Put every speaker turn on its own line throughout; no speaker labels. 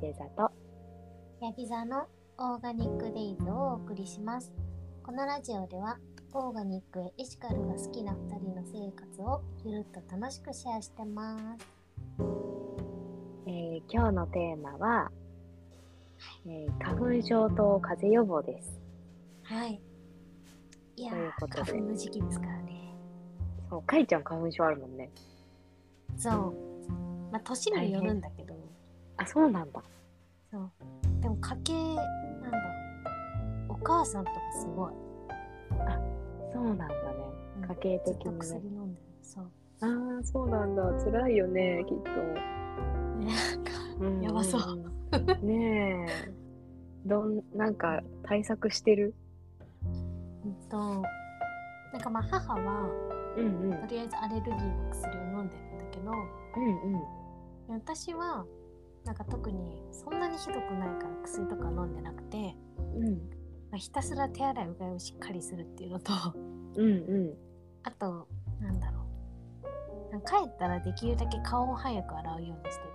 テザと
ヤギ座のオーガニックデイズをお送りします。このラジオではオーガニックやエシカルが好きな2人の生活をゆるっと楽しくシェアしてます。
えー今日のテーマは、えー花粉症と風邪予防です。
はい。いや
ということ
ー、
で
花粉の時期ですからね。
そう、かいちゃん花粉症あるもんね。
そう。まあ、年によるんだけど、
あ、そうなんだ。
そう。でも家系、なんだお母さんとかすごい。
そうなんだね。
うん
家計
ず
的
っと
に
薬
ね。
飲んでる。そう。
ああ、そうなんだ。辛いよね、きっ
ねなんか
と。うん
やばそ。
ねえ。どん、なんか対策してる。
うんと、なんかまあ母は、
うんう
と
ん。
りあえずアレルギーの薬を飲んでるんだけど
うんうん。
私はなんか特にそんなにひどくないから薬とか飲んでなくて、
うん。
まあ、ひたすら手洗いうがいをしっかりするっていうのと あ
うんうん。
となんだろうなんか帰ったらできるだけ顔を早く洗うようにしてて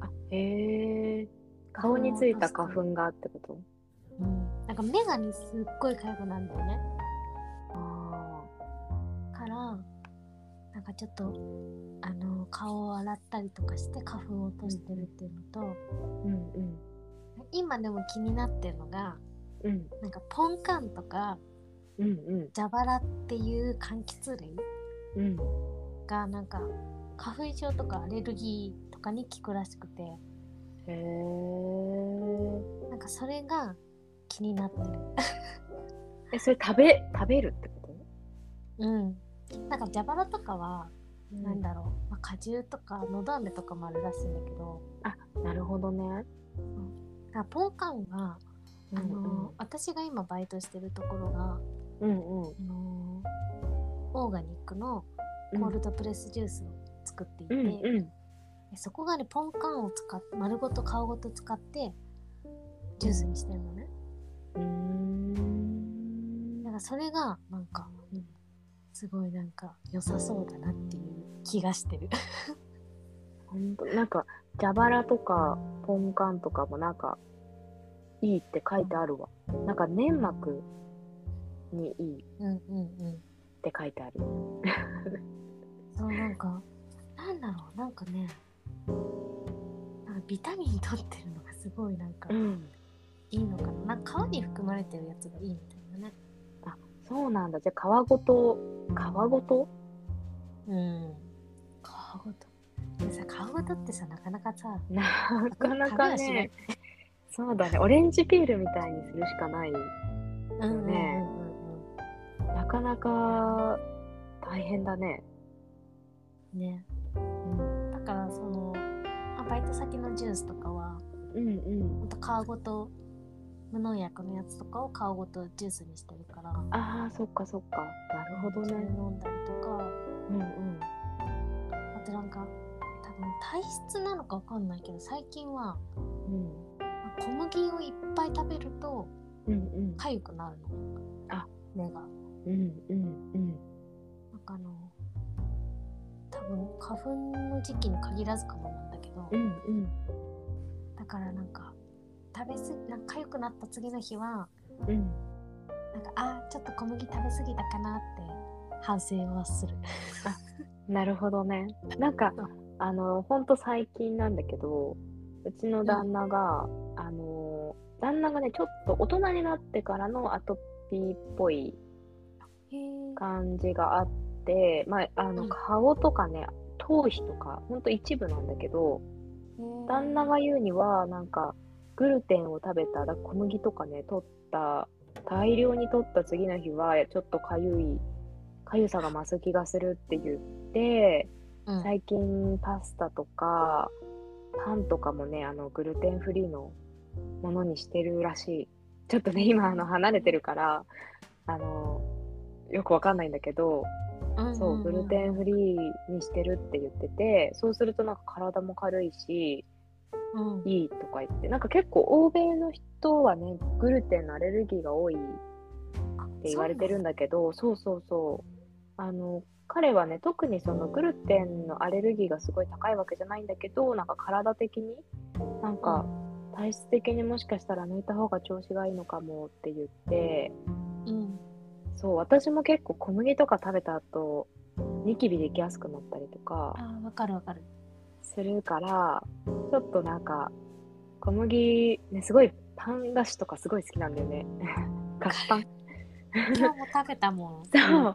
あ、へえ。顔についた花粉がってこと。
うん、なんか目がねすっごい痒くなるんだよね
あ
からなんかちょっとあの顔を洗ったりとかして花粉を落としてるっていうのと、
あ。うんうん。
今でも気になってるのが
うん。
なんかポンカンとか
うんうん。
蛇腹っていう柑橘類
うん。
がなんか花粉症とかアレルギーとかに効くらしくて
へえ。
なんかそれが気になってる
え、それ食べ、食べるってこ
うんなんか蛇腹とかは、
と。
なん。だろう、まあ、果汁とかのど飴とかもあるらしいんだけど
なるほどね。
なんかポンカンが、あのー
うん
私が今バイトしてるところが、
うんうん。
あのーオーガニックのコールドプレスジュースを作っていて、
うんうん。
でそこがねポンカンを使って丸ごと皮ごと使ってジュースにしてるのね
うーん
だからそれがなんか、うんすごいなんか良さそうだなっていう気がしてる
ほんとなんか蛇腹とかポンカンとかもなんかいいって書いてあるわなんか粘膜にいいっ
うんうんうん
て書いてある
そうなんかなんだろうなんかねなんかビタミン取ってるのがすごいなんか
ん
いいのかななんか皮に含まれてるやつがいいみたいなね
そうなんだじゃあ皮ごと皮ごと
うん皮ごとでさ皮ごとってさなかなかさ
なかなか
食べはしない
ねそうだねオレンジピールみたいにするしかない
うん
んうん
うんうん
なかなか大変だね
ね
うん
だからそのあバイト先のジュースとかは
うんうん
ほんと皮ごと無農薬のやつとかを皮ごとジュースにしてるから
あーそっかそっかなるほど
それ
ね
飲んだりとか
うんうん
あとなんか多分体質なのかわかんないけど最近は
うん
小麦をいっぱい食べると
うんうん
痒くなるの
あ
目が
うんうんうん
なんかあの多分花粉の時期に限らずかもなんだけど
うんうん
だからなんか食べ過ぎなんか痒くなった次の日は
うん
なんかあーちょっと小麦食べ過ぎたかなって反省はする。
なるほどねなんか
そう
あのほんと最近なんだけどうちの旦那が、あの旦那がねちょっと大人になってからのアトピーっぽい
へえ。
感じがあって、まあ、あ
う
の
ん
顔とかね頭皮とかほんと一部なんだけど旦那が言うにはなんかグルテンを食べたら小麦とかね取った大量に取った次の日はちょっとかゆいかゆさが増す気がするって言って
うん、
最近パスタとかパンとかもねあのグルテンフリーのものにしてるらしいちょっとね今あの離れてるからあのよくわかんないんだけどそうグルテンフリーにしてるって言っててそうするとなんか体も軽いし
ン。うん
いいとか言ってなんか結構欧米の人はねグルテンのアレルギーが多いって言われてるんだけどそうそうそうあの彼はね特にそのグルテンのアレルギーがすごい高いわけじゃないんだけどなんか体的になんか体質的にもしかしたら抜いた方が調子がいいのかもって言って
うん
そう私も結構小麦とか食べた後ニキビできやすくなったりとか
あーわかるわ かる
するからちょっとなんか小麦ねすごいパン菓子とかすごい好きなんだよ ね菓子パン
今日も食べたもん
そう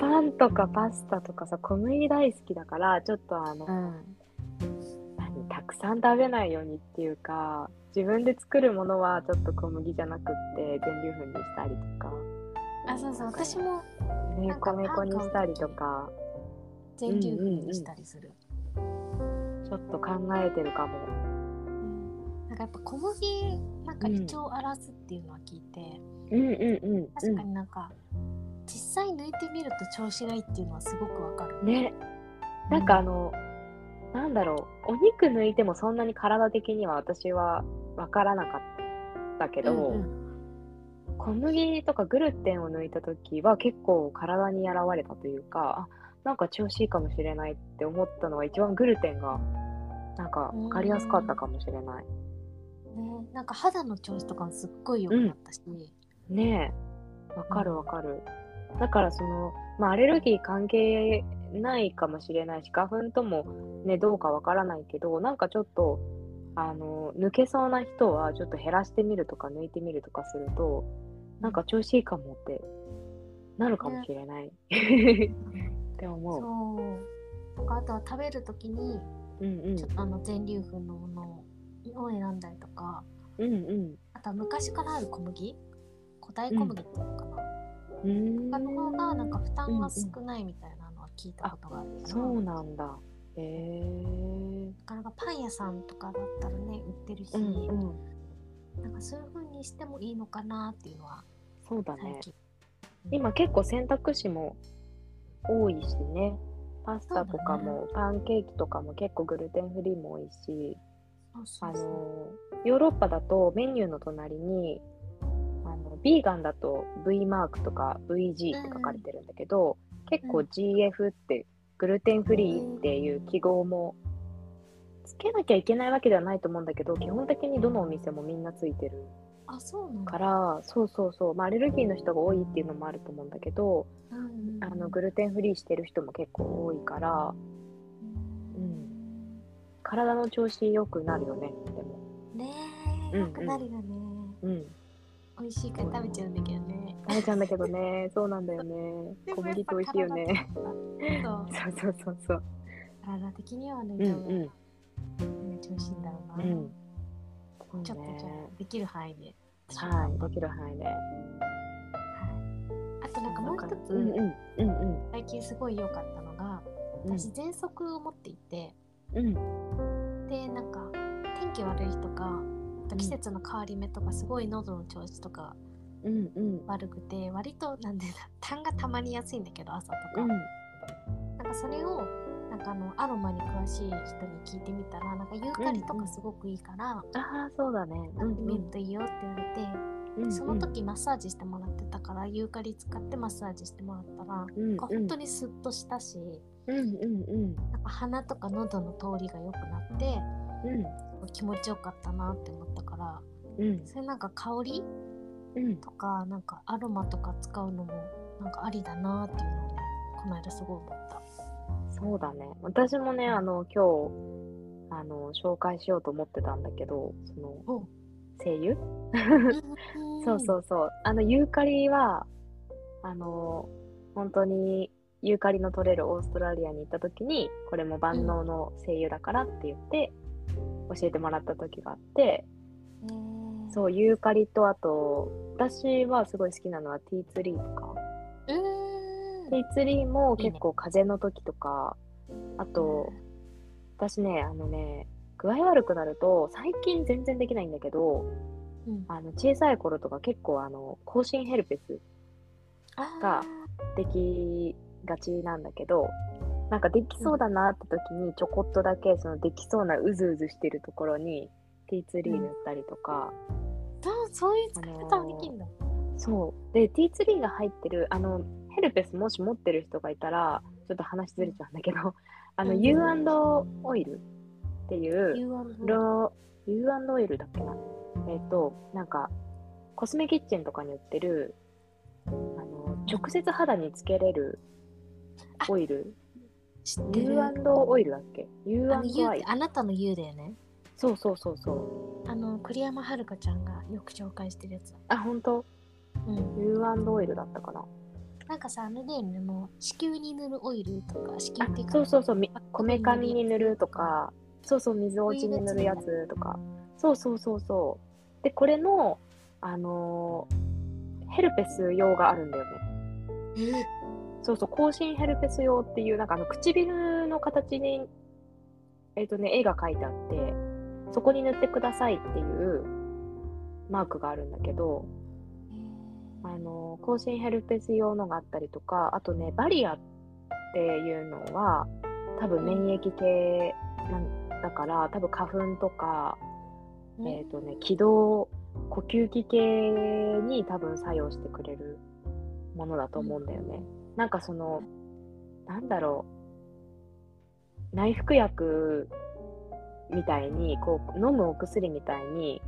パンとかパスタとかさ小麦大好きだからちょっとあの、
うん
何たくさん食べないようにっていうか自分で作るものはちょっと小麦じゃなくって全粒粉にしたりとか
あそうそう私も
ね
なんか
米粉にしたりとか
全粒粉にしたりする、
ちょっと考えてるかも。
なんかやっぱ小麦なんか胃腸を荒らすっていうのは聞いて、
うんうんうん、
確かになんか、実際抜いてみると調子がいいっていうのはすごくわかる
うん、ねなんかあの、なんだろうお肉抜いてもそんなに体的には私は分からなかったけど、
うん
小麦とかグルテンを抜いた時は結構体に現れたというかあなんか調子いいかもしれないって思ったのは一番グルテンがなんか分かりやすかったかもしれない。
うんね、なんか肌の調子とかもすっごい良くなったし、
ねえ分かる分かる。だからその、まあ、アレルギー関係ないかもしれないし花粉とも、ね、どうか分からないけどなんかちょっとあの抜けそうな人はちょっと減らしてみるとか抜いてみるとかするとなんか調子いいかもってなるかもしれない。って思う。
そうとかあとは食べる時に
うんうん
ちょっとあの全粒粉のものを選んだりとか
うんうん
あとは昔からある小麦古代小麦っていうのかな、
うー
他の方
ん。
がなんか負担が少ないみたいなのは聞いたことがあるから
そうなんだ。へえー。
なかなかパン屋さんとかだったらね売ってるし、
うんうん。
なんかそういう風にしてもいいのかなっていうのは
そうだね
最。近、
今結構選択肢も多いしね。パスタとかも、パンケーキとかも結構グルテンフリーも多いし、
そうそ
あ
うそう
のヨーロッパだとメニューの隣にあのビーガンだと V マークとか VG って書かれてるんだけど、結構
うん
GF ってグルテンフリーっていう記号もつけなきゃいけないわけではないと思うんだけど基本的にどのお店もみんなついてる
あそうなんだ
からそうそうそう、まあ、アレルギーの人が多いっていうのもあると思うんだけど
うんうんうん
あのグルテンフリーしてる人も結構多いから
うん
体の調子良くなるよねでも。
ね
うんう
え
ん
よくなるよね、
うん
美味しいから食べちゃうんだけどね
食べちゃうんだけどね、 そうなんだよね。
で
小
もやっ
麦
ぱ
と美味しいよね。
体とかそ
そう
う
そうそうそう。
体的にはね、
うん
多分ね調子いいんだろう
う
な、
ん。そう
ちょっとじゃ
ね。
あできる範囲で
はい、できる範囲で。
あとなんかもう一つ、
うんうんうん
最近すごい良かったのが
うん。
私喘息を持っていて、
うん
でなんか天気悪い日とかあと季節の変わり目とかすごい喉の調子とか
うんうん
悪くて割となん でだ痰がたまりやすいんだけど朝と
う
か、
ん
なんかそれをなんかあのアロマに詳しい人に聞いてみたらなんかユーカリとかすごくいいから、
ああそうだね。う
やってみるといいよって言われて、
うんうん
その時マッサージしてもらってたからユーカリ使ってマッサージしてもらったら、
うんうん
なんか本当にスッとしたし
うんうんうん
なんか鼻とか喉の通りが良くなって
う
気持ちよかったなって思ったか
ん
ら
うん
それなんか香り
うん。
とかなんかアロマとか使うのもなんかありだなっていうのをねこの間すごい思った。
そうだね。私もねあの今日あの紹介しようと思ってたんだけど、その
お
声優そうそうそう。あの、ユーカリは、あの、本当に、ユーカリの取れるオーストラリアに行った時に、これも万能の精油だからって言って、教えてもらった時があって、
へー
そう、ユーカリと、あと、私はすごい好きなのはティーツリーとか、
う
ティ
ーん
ーツリーも結構風邪の時とか、あと、私ね、あのね、具合悪くなると、最近全然できないんだけど、
うん
あの小さい頃とか結構あの、口唇ヘルペス
あ
ができがちなんだけどなんかできそうだなって時にちょこっとだけそのできそうなうずうずしてるところにティーツリー塗ったりとか、
ーそうそういう使い方もできるんだ。
そうでティーツリーが入ってるあのヘルペスもし持ってる人がいたらちょっと話ずれちゃうんだけどあの
うん
U& オイルっていう
う
ロ U& オイルだっけなえっ、となんかコスメキッチンとかに売ってるあの直接肌につけれるオイル
知ってる
U&
あ
オイルだっけ
の
U&I
U ってあなたの U だよね
そうそうそうそう
あの栗山遥香ちゃんがよく紹介してるやつ
あ本当
うん、
U& オイルだったかな
なんかさあれだよねもう子宮に塗るオイルとか子
あ
宮っていうか
そうそうそうみ
あ
こめかみに塗るとかそうそう水落ちに塗るやつとかそうそうそうそうでこれのあのーヘルペス用があるんだよね
え
そうそう口唇ヘルペス用っていうなんかあの唇の形にえっ、とね絵が描いてあってそこに塗ってくださいっていうマークがあるんだけどあの口唇ヘルペス用のがあったりとかあとねバリアっていうのは多分免疫系なんだから多分花粉とか、
ー
えっ、とね気道呼吸器系に多分作用してくれるものだと思うんだよね。なんかそのなんだろう内服薬みたいにこう飲むお薬みたいに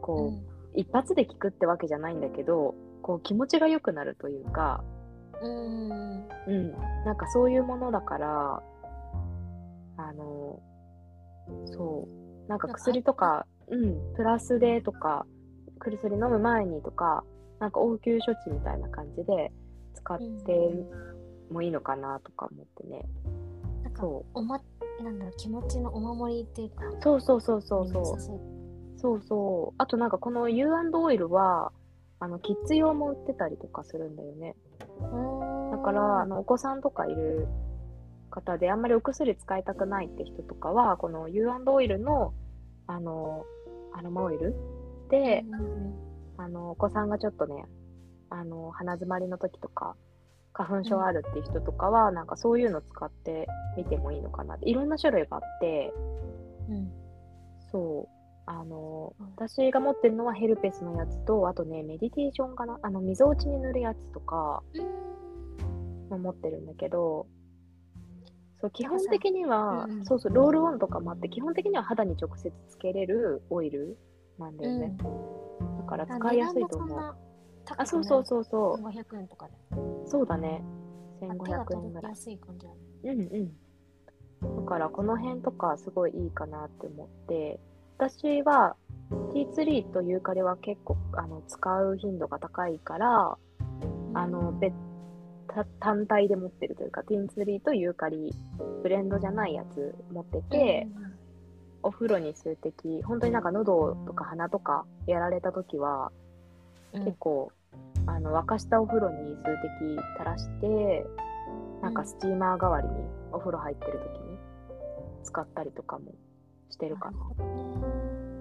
こう、一発で効くってわけじゃないんだけどこう気持ちが良くなるというか、
うんう
う
ん
ん、なんかそういうものだからあのそうなんか薬とかうん、プラスでとか薬飲む前にとかなんか応急処置みたいな感じで使ってもいいのかなとか思ってね、
なんか
そ
おまなんだろう気持ちのお守りっていうか
うそうそうそうそうそう
良さそう
そうそうあとなんかこの U& オイルはあのキッズ用も売ってたりとかするんだよね
う
だ
ん
からあのお子さんとかいる方であんまりお薬使いたくないって人とかはこの U& オイルのあのアロマオイルで、
うん
あのお子さんがちょっとねあの鼻詰まりの時とか花粉症あるって人とかは、なんかそういうの使ってみてもいいのかなっていろんな種類があって
うん
そうあの
うん
私が持ってるのはヘルペスのやつとあとねメディテーションかなあの溝落ちに塗るやつとかも持ってるんだけどそう基本的には、
うんうん
そうそうロールオンとかもあって基本的には肌に直接つけれるオイルなんだよね、だから使いやすいと思うあそうそうそうそう、
う500円とかで
そうだね
あ手
1500円
が
ぐ
届き
らい
やすい感じだね
うんうんだからこの辺とかすごいいいかなって思って私はティーツリーとユーカリは結構あの使う頻度が高いからあの別た単体で持ってるというかティーンツリーとユーカリブレンドじゃないやつ持ってて、お風呂に数滴本当になんか喉とか鼻とかやられた時は
うん
結構、あの沸かしたお風呂に数滴垂らしてなんかスチーマー代わりにお風呂入ってる時に使ったりとかもしてるかな。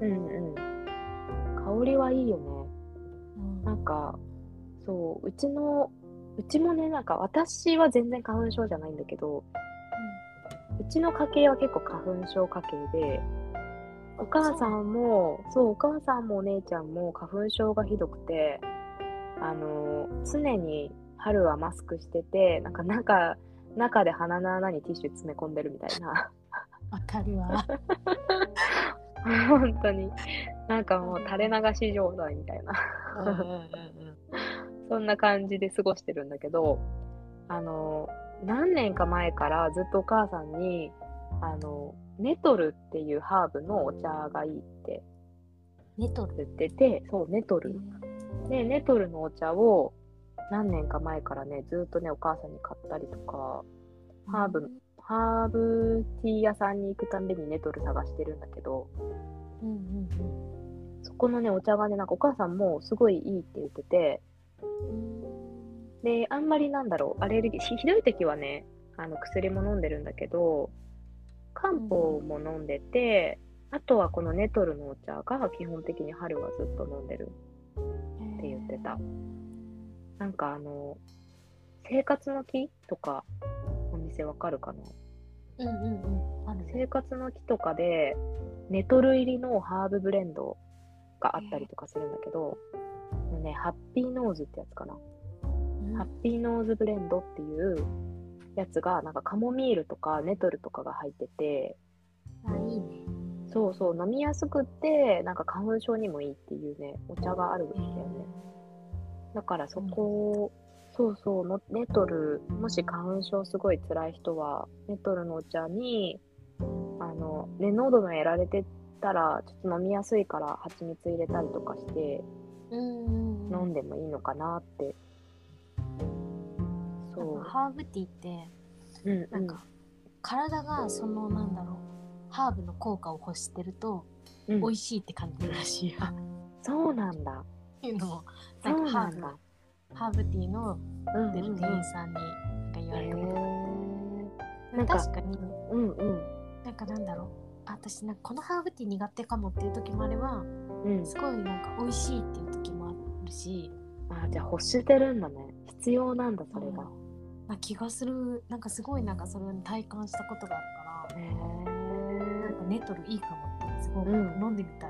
うんうん、香りはいいよね。
うん
なんかそううちのうちもねなんか私は全然花粉症じゃないんだけどうちの家系は結構花粉症家系でお母さんもそうお母さんもお姉ちゃんも花粉症がひどくてあの常に春はマスクしててなんか中中で鼻の穴にティッシュ詰め込んでるみたいな
わかるわ
本当になんかもう垂れ流し状態みたいな
うんうんうん
そんな感じで過ごしてるんだけど、あの、何年か前からずっとお母さんに、あの、ネトルっていうハーブのお茶がいいって
寝とる
言ってて、そう、ネトル。で、ネトルのお茶を何年か前からね、ずっとね、お母さんに買ったりとか、ハーブハーブティー屋さんに行くたんびにネトル探してるんだけど、
うんうん
そこのね、お茶がね、なんかお母さんもすごいいいって言ってて、
うん
であんまりなんだろうアレルギーひひどい時はねあの薬も飲んでるんだけど漢方も飲んでて、あとはこのネトルのお茶が基本的に春はずっと飲んでる
うん
って言ってたなんかあの生活の木とかお店わかるかな
うんうんうんあるね
生活の木とかでネトル入りのハーブブレンドがあったりとかするんだけど、もうねハッピーノーズってやつかな
うん
ハッピーノーズブレンドっていうやつがなんかカモミールとかネトルとかが入ってて
あいいね
そうそう飲みやすくってなんか花粉症にもいいっていうねお茶があるんだよねだからそこを、そうそうのネトルもし花粉症すごい辛い人はネトルのお茶にあの、ね、喉のやられてたらちょっと飲みやすいから蜂蜜入れたりとかして
うん
飲んでもいいのかなってそ
なんか
う
ハーブティーって
うんう
なんか、体がそのなんだろうハーブの効果を欲してると
うん
美味しいって感じるらしいよ、
あそうなんだ
っていうのを
そ
なん
う
か
な
ハー
ん
ブ
だ
ハーブティーの
うん
出
う
る
ん
店員さんになんか言われたことがある、
ーなんか
確かに
うんうん
なんかなんだろうあ私なんかこのハーブティー苦手かもっていう時もあれば
うん
すごいなんか美味しいっていう時もあるし
あじゃあ欲してるんだね必要なんだそれが
うんな気がするなんかすごいなんかそれに体感したことがあるか
へ
らなん
え
かネトルいいかもってすごい
うん
飲んでみたい、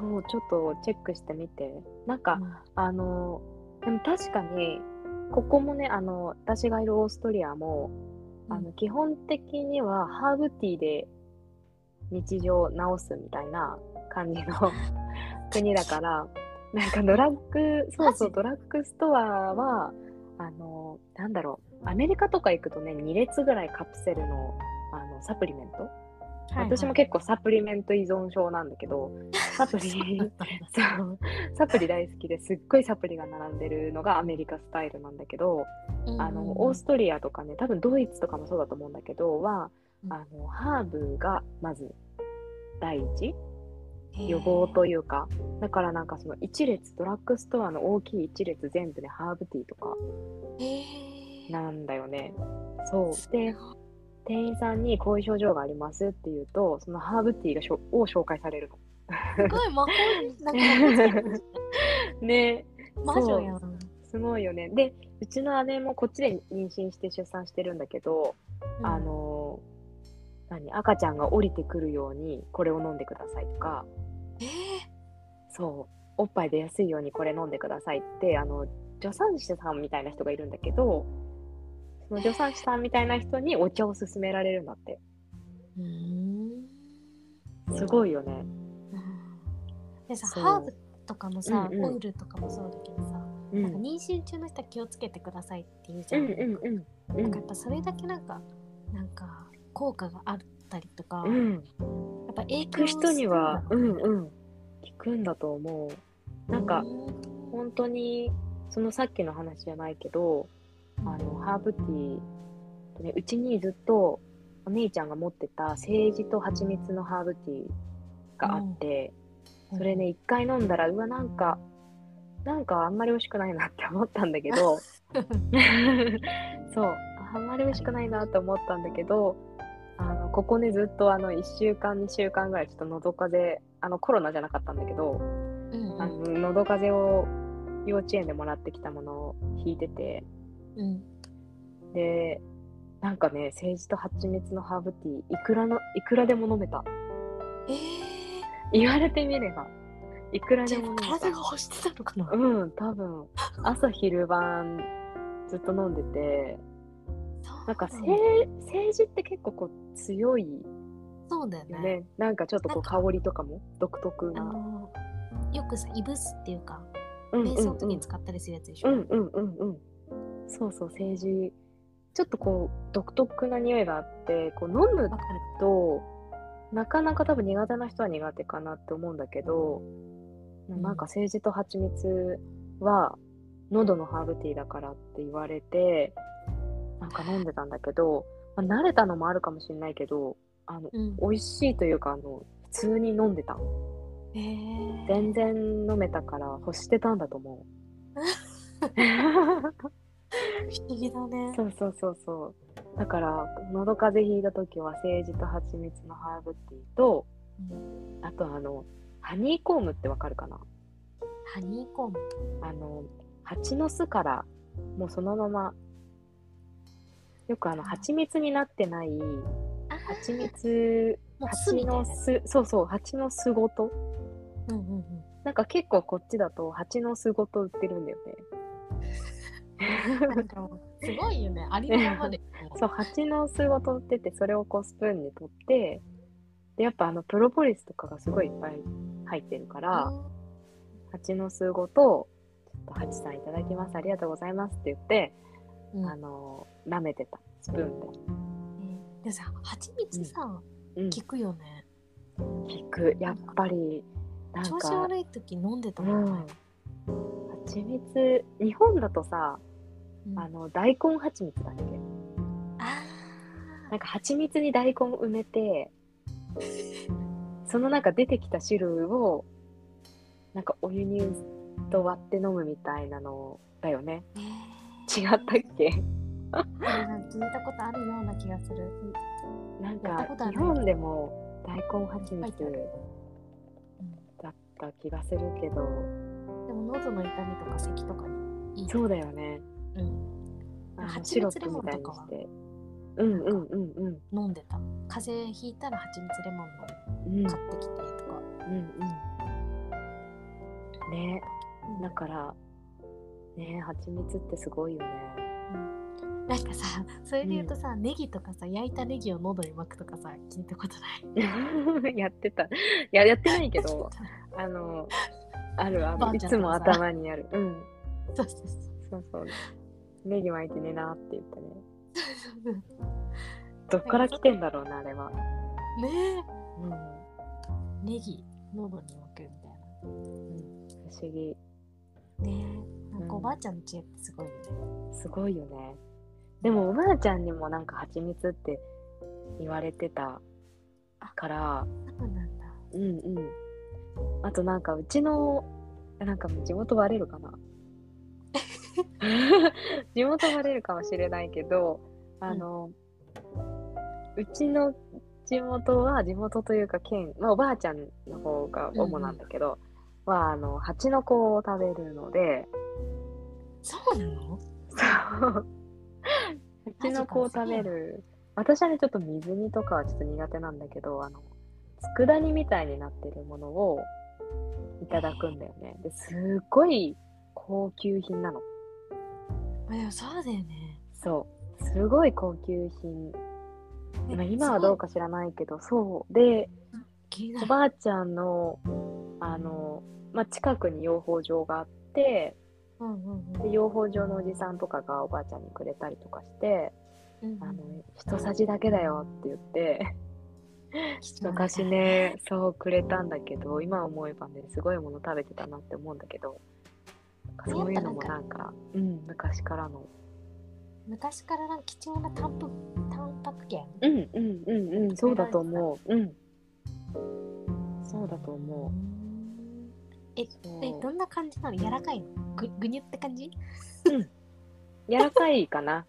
そうちょっとチェックしてみてなんか、
うん
あのでも確かにここもねあの私がいるオーストリアも、あの基本的にはハーブティーで日常を治すみたいな感じ の国だからなんかドラッグそうそう
マジ
ドラッグストアはあのなんだろうアメリカとか行くとね2列ぐらいカプセルのあのサプリメント、私も結構サプリメント依存症なんだけ どサプリそうサプリ大好きですっごいサプリが並んでるのがアメリカスタイルなんだけど、あのオーストリアとかね多分ドイツとかもそうだと思うんだけどは、
うん
あのハーブがまず第一
ト
予防というか、だからなんかその一列ドラッグストアの大きい一列全部で、ハーブティーとかなんだよね。そうで店員さんにこういう症状がありますって言うとそのハーブティーがしょを紹介される
すごい魔法なん か
の。ね
魔女やん
すごいよね。で、うちの姉もこっちで妊娠して出産してるんだけど、あのー何、赤ちゃんが降りてくるようにこれを飲んでくださいとか、
えー
そう、おっぱい出やすいようにこれ飲んでくださいって、あの、助産師さんみたいな人がいるんだけど、その助産師さんみたいな人にお茶を勧められるんだって。
うーん
すごいよね。
でさ
そう
ハーブとかもさ、
うんうん
オイルとかもそうだけどさ、
うん。
なんか妊娠中の人は気をつけてくださいって言うじ
う
ゃ
ん
ん、
うんうん。
なんかやっぱそれだけなんかなんか効果があったりとか、
う
やっ
ん。
ぱ影
聞く
響
人には、う
する
ん
んだろ
うん。聞くんだと思う。なんか、本当にそのさっきの話じゃないけどあのハーブティーねうちにずっとお姉ちゃんが持ってたセージと蜂蜜のハーブティーがあって、それね一回飲んだらうわなんかなんかあんまり美味しくないなって思ったんだけどそうあんまり美味しくないなって思ったんだけどあのここねずっとあの1週間2週間ぐらいちょっと喉風邪あのコロナじゃなかったんだけど、
うんうん
あの喉風邪を幼稚園でもらってきたものを引いてて
うん
でなんかねセージと蜂蜜のハーブティーいくらのいくらでも飲めた
え
言われてみればいくら
ー、じ
で
ゃ
も飲め
あ
た
体が欲してたのかな、
うん多分朝昼晩ずっと飲んでてなんかせ
そう
政治って結構こう強いよ
そうだよね
ねなんかちょっとこう
なん
香りとかも独特
あ
な
のよくさいぶすっていうか
うんうん
瞑想の
う
時
ん
に使ったりするやつでしょ、
うんうんうんうんそうそう政治ちょっとこう独特な匂いがあってこう飲む
わかる
となかなか多分苦手な人は苦手かなって思うんだけど、
ん
なんか政治と蜂蜜は喉のハーブティーだからって言われてなんか飲んでたんだけど、まあ慣れたのもあるかもしれないけどあの
うん
美味しいというかあの普通に飲んでた
えー、
全然飲めたから欲してたんだと思 う。
不思議だね
そうそうそうそう。だから、喉風邪ひいた時は、セージと蜂蜜のハーブティーと、
うん
あとあの、ハニーコームってわかるかな
ハニーコーム
あの、蜂の巣から、もうそのまま、よくあの、蜂蜜になってない、
あー
蜂蜜、
もう巣
蜂
みたい
の
なやつ
巣、そうそう、蜂の巣ごと。
うんうんうん
なんか結構こっちだと、蜂の巣ごと売ってるんだよね。
なんかもうすごいよね。ありのままで。
そう蜂の巣を取っててそれをこうスプーンで取ってでやっぱあのプロポリスとかがすごいいっぱい入ってるから蜂の巣ごと「ちょっと蜂さんいただきますありがとうございます」って言って、
うん
あの舐めてたスプーンで。
うんでさ、蜂蜜さ、
うん、
効くよね。
聞くやっぱりなんか
調子悪い時飲んでた
う
もんね。
ん蜂蜜日本だとさ
うん
あの大根蜂蜜だっけ
あ
なんか蜂蜜に大根埋めてその中出てきた汁をなんかお湯にと割って飲むみたいなのだよね
ー。
違
ね
ったっけ
えなんか聞いたことあるような気がする。
なん
やった
か
ことある
日本でも大根蜂
入ってあ
蜜
る
だった気がするけど
でも喉の痛みとか咳とかにいい。
そうだよね
うん。
あの
蜂
シロ
蜜
ップみたいにし
レ
てうんうんうんうん
飲んでた。風邪ひいたら蜂蜜レモン
うん
の買ってきてとか。
うんうんねだからね蜂蜜ってすごいよね
なんかさ、それで言うとさ、ネギとかさ、焼いたネギを喉に巻くとかさ、聞いたことな い。
やってたいややってないけ どあのあるあ
ばあ
るい
ちゃん
つ
とかさ
も頭にあるうん
そうそうそう。
そうそうネギ巻いてねなって言ってね
ね
どっから来てんだろうなあれは、
え
うん、
ネギ喉に巻くみたい
不思議
なねえなんかおばあちゃんの知恵ってすごいよね、
すごいよねでもおばあちゃんにもなんか蜂蜜って言われてたから
そうなんだ
うんうんあとなんかうちのなんかもう地元バレるかな 地元バレるかもしれないけどあの、うちの地元は地元というか県、まあ、おばあちゃんの方が主なんだけど、はあの蜂の子を食べるので
そうなの
そう蜂の子を食べる私はねちょっと水煮とかはちょっと苦手なんだけどあの佃煮みたいになってるものをいただくんだよねですっごい高級品なの
まあでもそうだよね
そうすごい高級品、まあ、今はどう
か
か知らないけどそうで
気にな
お
る
ばあちゃんのあの、まあ、近くに養蜂場があって
うんうんうん
で養蜂場のおじさんとかがおばあちゃんにくれたりとかして
うんうん
あの人さじだけだよって言って
貴重な
昔ねそうくれたんだけど今思えばねすごいもの食べてたなって思うんだけどそういうのもなんかうん、昔からの
昔からなんか貴重なタンパクタンパク源
うんうんうんうんそうだと思ううんそうだと思
んえ
うそう
えどんな感じなの柔らかいのぐぐにゅって感じ
柔らかいか な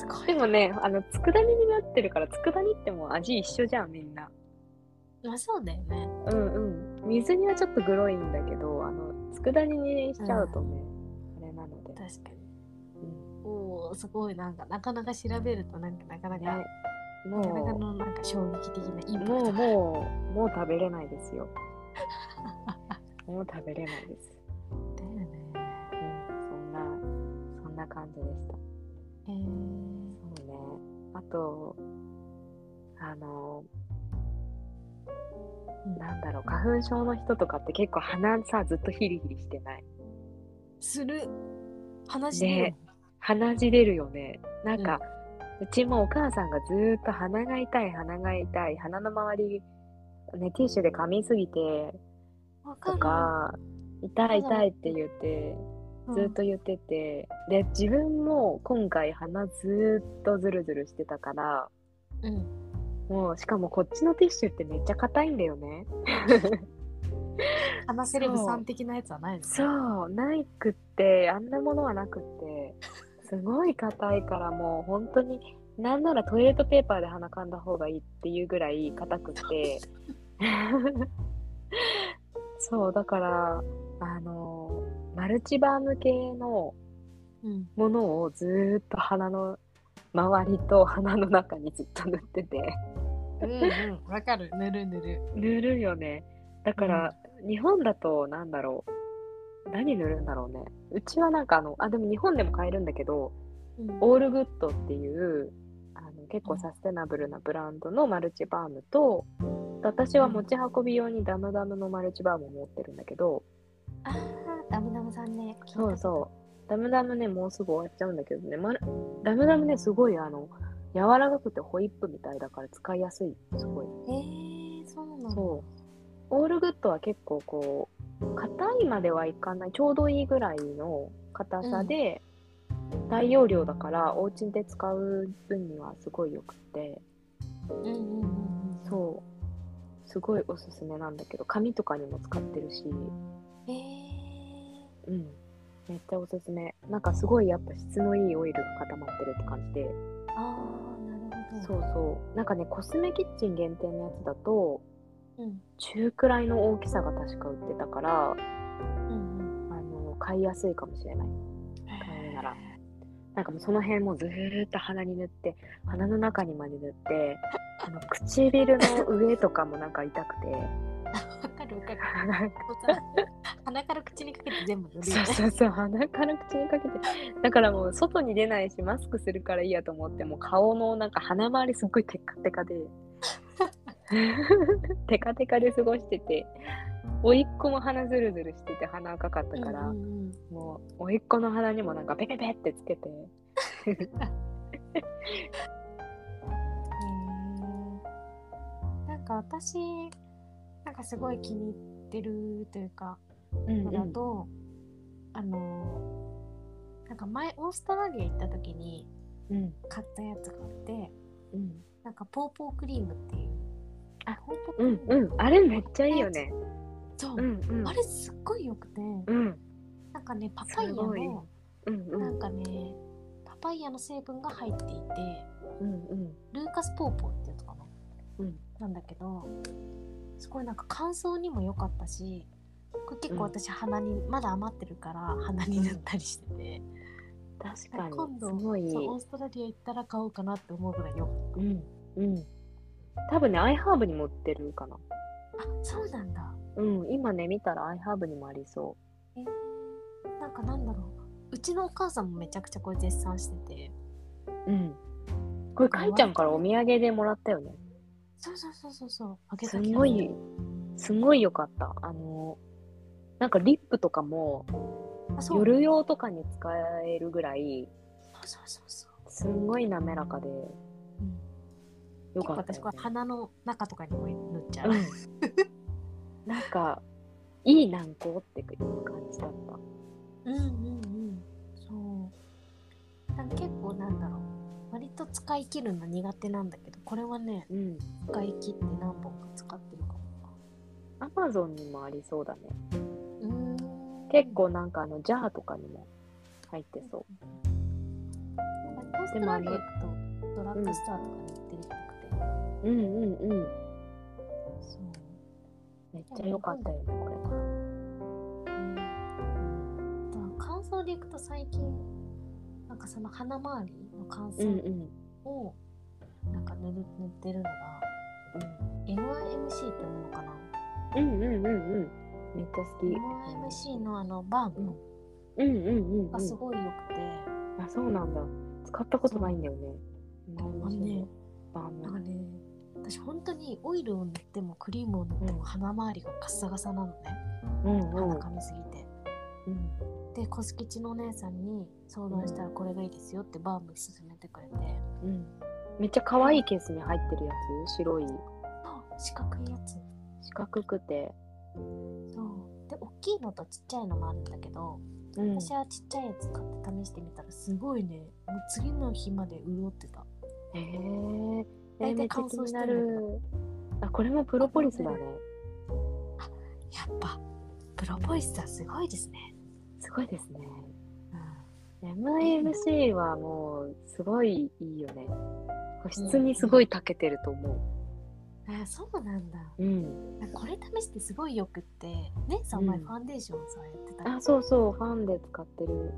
すご
でもねあの佃煮になってるから佃煮ってもう味一緒じゃんみんな
まあそうだよね
うんうん水煮はちょっとグロいんだけどあの佃煮にしちゃうとね、あれなので、
確かに
う、
おおすごいなんかなかなか調べるとなんかなかなんか、
ねも
なかなか
う
のなんか衝撃的なインパク
も
ト
うもうもう食べれないです よ。もう食べれないです。
だよね。
うん、そんなそんな感じでした。
えー、
そうね。あとあのなんだろう花粉症の人とかって結構鼻さずっとヒリヒリしてない。
する話で、ね
ね、鼻血出るよね。なんか、うちもお母さんがずーっと鼻が痛い鼻が痛い鼻の周りねティッシュで噛みすぎて
わか
と
る
か痛い痛いって言って。ずっと言ってて、で自分も今回鼻ずーっとズルズルしてたから
うん、うん
もうしかもこっちのティッシュってめっちゃ硬いんだよね
話せるブさん的なやつはないの
そうないくってあんなものはなくってすごい硬いからもう本当になんならトイレットペーパーで鼻かんだ方がいいっていうぐらい硬くて そうだからあのマルチバーム系の
うん、
ものをずーっと鼻の周りと鼻の中にずっと塗ってて
うんうんわかるぬるぬる
塗るよねだから、日本だとなんだろう何塗るんだろうねうちはなんかあのあでも日本でも買えるんだけど
うん
オールグッドっていうあの結構サステナブルなブランドのマルチバームと私は持ち運び用にダムダムのマルチバームを持ってるんだけど
あーダムダムさんね聞いた
そ
こと
うそうダムダムねもうすぐ終わっちゃうんだけどね、まる、ダムダムねすごいあの柔らかくてホイップみたいだから使いやすいすごい
えー、そうなの
そうオールグッドは結構こう硬いまではいかないちょうどいいぐらいの硬さで、大容量だからお家で使う分にはすごいよくて
うんうんうんうん
そうすごいおすすめなんだけど紙とかにも使ってるし
えー、
うんめっちゃおすすめなんかすごいやっぱ質のいいオイルが固まってるって感じで、
あーなるほど
そうそうなんかねコスメキッチン限定のやつだと
うん
中くらいの大きさが確か売ってたから
うんうん
あの買いやすいかもしれない買うならなんかもうその辺もずーっと鼻に塗って鼻の中にまで塗ってあの唇の上とかもなんか痛くて
わかるわかる
なんか
こうさ鼻から口にかけて全部塗るよ
そう
ね
そうそう鼻から口にかけてだからもう外に出ないしマスクするからいいやと思ってもう顔のなんか鼻周りすっごいテカテカ でテカテカで過ごしてて甥っ子も鼻ズルズルしてて鼻赤かったから、
うんうんうん
もう甥っ子の鼻にもなんかペペペってつけて
へーなんか私なんかすごい気に入ってるというか
うん
のだと、あのなんか前オーストラリア行った時に
うん
買ったやつがあって
うん
なんかポーポークリームっていう
あ
ポーポーク
うん
リーム、
うんあれめっちゃいいよね。
そう、
うんうん
あれすっごい良くて、
うん
なんかねパパイヤ
すごい
の
うんう
なん
ん
かねパパイヤの成分が入っていて
うんうん
ルーカスポーポーってやつかな、
うん
なんだけどすごいなんか乾燥にも良かったしこれ結構
うん
私鼻に、まだ余ってるから鼻に塗ったりしてて、
確かに
今
す
度
ごい。
そうオーストラリア行ったら買おうかなって思うぐらいよ
うんうん多分ねアイハーブにも売ってるかな。
あそうなんだ
うん今ね見たらアイハーブにもありそ
えーなんかなんだろううちのお母さんもめちゃくちゃこれ絶賛してて
う。うんこれかいちゃんからお土産でもらったよね。
そうそうそうそうそうあげ
す
た
ん
けど
ごいすんごい良かった。あのなんかリップとかも
あそう
夜用とかに使えるぐらい
そうそうそうそう
すんごい滑らかで
うん
良
結構
かった
私
よ
これ
ね。
鼻の中とかにも塗っちゃう、
うん、なんかいい軟膏って感じだった。
うんうんうんそうなんか結構なんだろう割と使い切るの苦手なんだけどこれはね
うん。
使い切って何本か使ってるかも
アマゾンにもありそうだね。
うーん
結構なんかあのジャーとかにも入ってそ
なんかオーストラリア行くとドラッグストアとかに売ってるっぽくて、
う。うんうんうん。
そう
めっちゃ良かったよねこれから。
ねあとは乾燥でいくと最近なんかその鼻周りの乾
うん
燥
うん。
をなんか塗る塗ってるのが LIMC ってものかな
うんうんうんうんうん。めっちゃ好き。
MIMC のあのバーム
うんうんうん、うん。
がすごい良くて、
あそうなんだ。使ったことないんだよね。
あのね
バー
なんか
ム。
ね私本当にオイルを塗ってもクリームを塗って
うん
も鼻周りがカッサガサなのね、
うん
鼻かみすぎて
うん。
で小ス吉のお姉さんに相談したらこれがいいですよってバーム勧めてくれて
うん。めっちゃ可愛いケースに入ってるやつ白い
あ四角いやつ
四角くて。
そうで大きいのとちっちゃいのもあるんだけど
うん
私はちっちゃいやつ買って試してみたらすごいねもう次の日まで潤ってた
へえ。
大体
めっちゃ
乾
気
燥
に
して
な
るんだけ
る。あ、これもプロポリスだね。
やっぱプロポイスさんすごいですね、
すごいですね。
うん、
MIMC はもうすごいいいよね。保湿にすごい長けてると思
あそうなんだ
う。うん。
これ試してすごいよくって姉さん前
うん
ファンデーションさやってたり、
あ、そうそう、ファンで使ってる。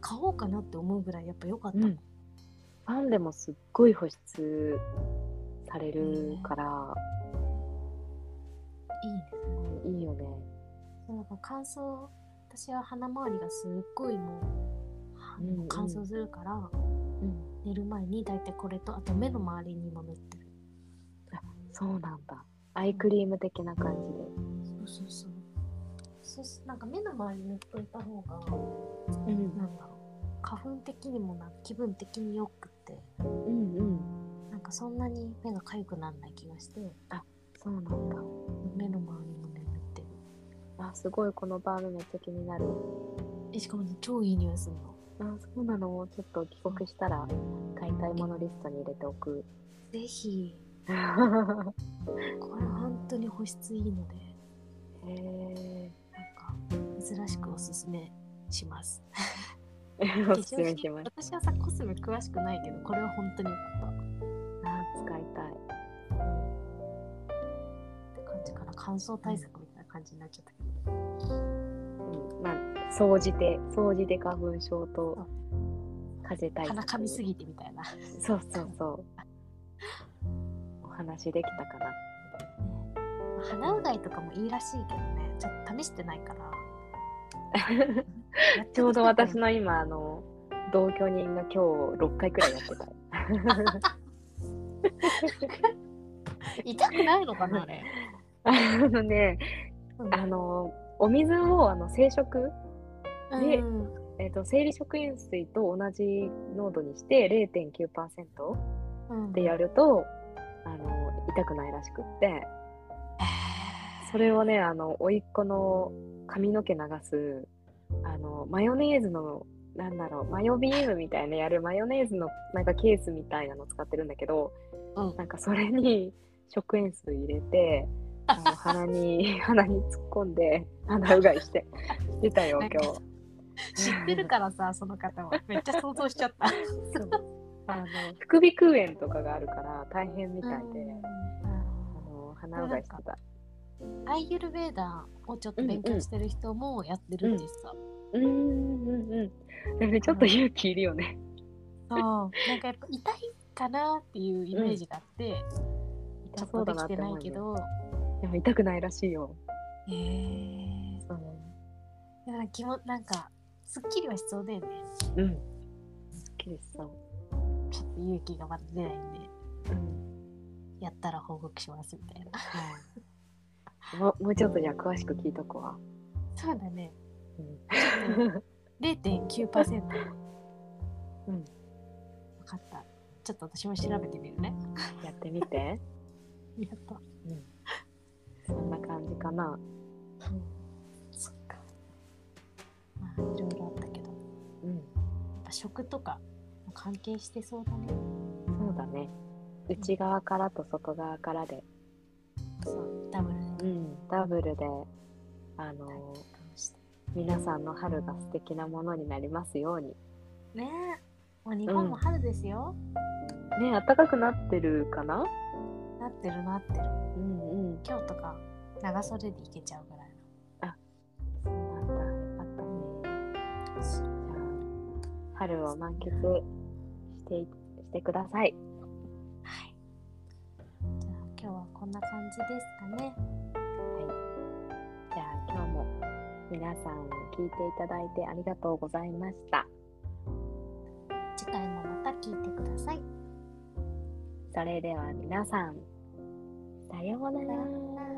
買おうかなって思うぐらいやっぱ良かった、
うん。ファンでもすっごい保湿されるから、
いいね
いいよね。
そうだから乾燥私は鼻周りがすっごいもうは
うんうん
乾燥するから、
うん、
寝る前に大体これとあと目の周りにも塗ってる
そうなんだアイクリーム的な感じで
そうそうそうそうすなんか目の周り塗っといた方が
うん
なんだろう花粉的にもなんか気分的によくって
うんうん
なんかそんなに目が痒くならない気がして
そうなんだ
目の周りもね塗ってる
あすごいこのバームめっちゃ気になる
えしかもね超いい匂いするの
あそうなのちょっと帰国したら買いたいものリストに入れてお く
ぜひ
へ
これ本当に保湿いいので
え
なんか珍しくおすすめします
おすすめします
私はさコスメ詳しくないけどこれは本当によかっ
あ使いたい
たって感じかな乾燥対策みたいな感じになっちゃったけど、
うんまあ総じて総じて花粉症と
そう
風邪対策
鼻かみすぎてみたいな、
そうそう そうお話できたかな
まあ鼻うがいとかもいいらしいけどねちょっと試してないから
ちょうど私
の
の今あの同居人が今日6回くらいやって た
痛くないのかなあれ、
あのね
う ん
あのお水をあの生食で
うん
えっと生理食塩水と同じ濃度にして0.9%
うん
でやるとあの痛くないらしくって
え
それをねあの甥っ子の髪の毛流すあのマヨネーズのなんだろうマヨビームみたいなやるマヨネーズのなんかケースみたいなの使ってるんだけど、
うん
なんかそれに 食塩水入れてあの鼻に鼻に突っ込んで鼻うがいしてしてたよ
なんか
今日。
ー知ってるからさその方はめっちゃ想像しち ゃった
そうあの副鼻腔炎とかがあるから大変みたいで、あ
うん
の鼻うがいしてた。
アイユルベーダーをちょっと勉強してる人もやってるってさ、
うーんうんうん。でもねちょっと勇気いるよね。
そうなんかやっぱ痛いかなっていうイメージがあって、ちょっとできてないけど、
でも痛くないらしいよ。
へえだから気もなんかすっきりはしそうだよね
うん。すっきりしそう。
ちょっと勇気がまだ出ないんで
うん。
やったら報告しますみたいな
はい。もうもうちょっとじゃあ詳しく聞いとこわ。
そうだね
うん。
0.9%
うん
分かったちょっと私も調べてみるね
やってみて。
やった
うん。そんな感じかな。
そっかまあいろいろあったけどや
うん。
っぱ食とかも関係してそうだね
そうだね。内側からと外側からで、
そうダブルで
うん、ダブルで、あのー
して
皆さんの春が素敵なものになりますように。
ねえもう日本も春ですよ、
ね、暖かくなってるかな。
なってるなってる
うんうん。
今日とか長袖でいけちゃうぐらい
そうなんだ。よかったね。
の
じゃあ春を満喫していしてください。
はいじゃあ今日はこんな感じですかね
じゃあ今日も皆さん聞いていただいてありがとうございました。
次回もまた聞いてください
それでは皆さん、さようなら。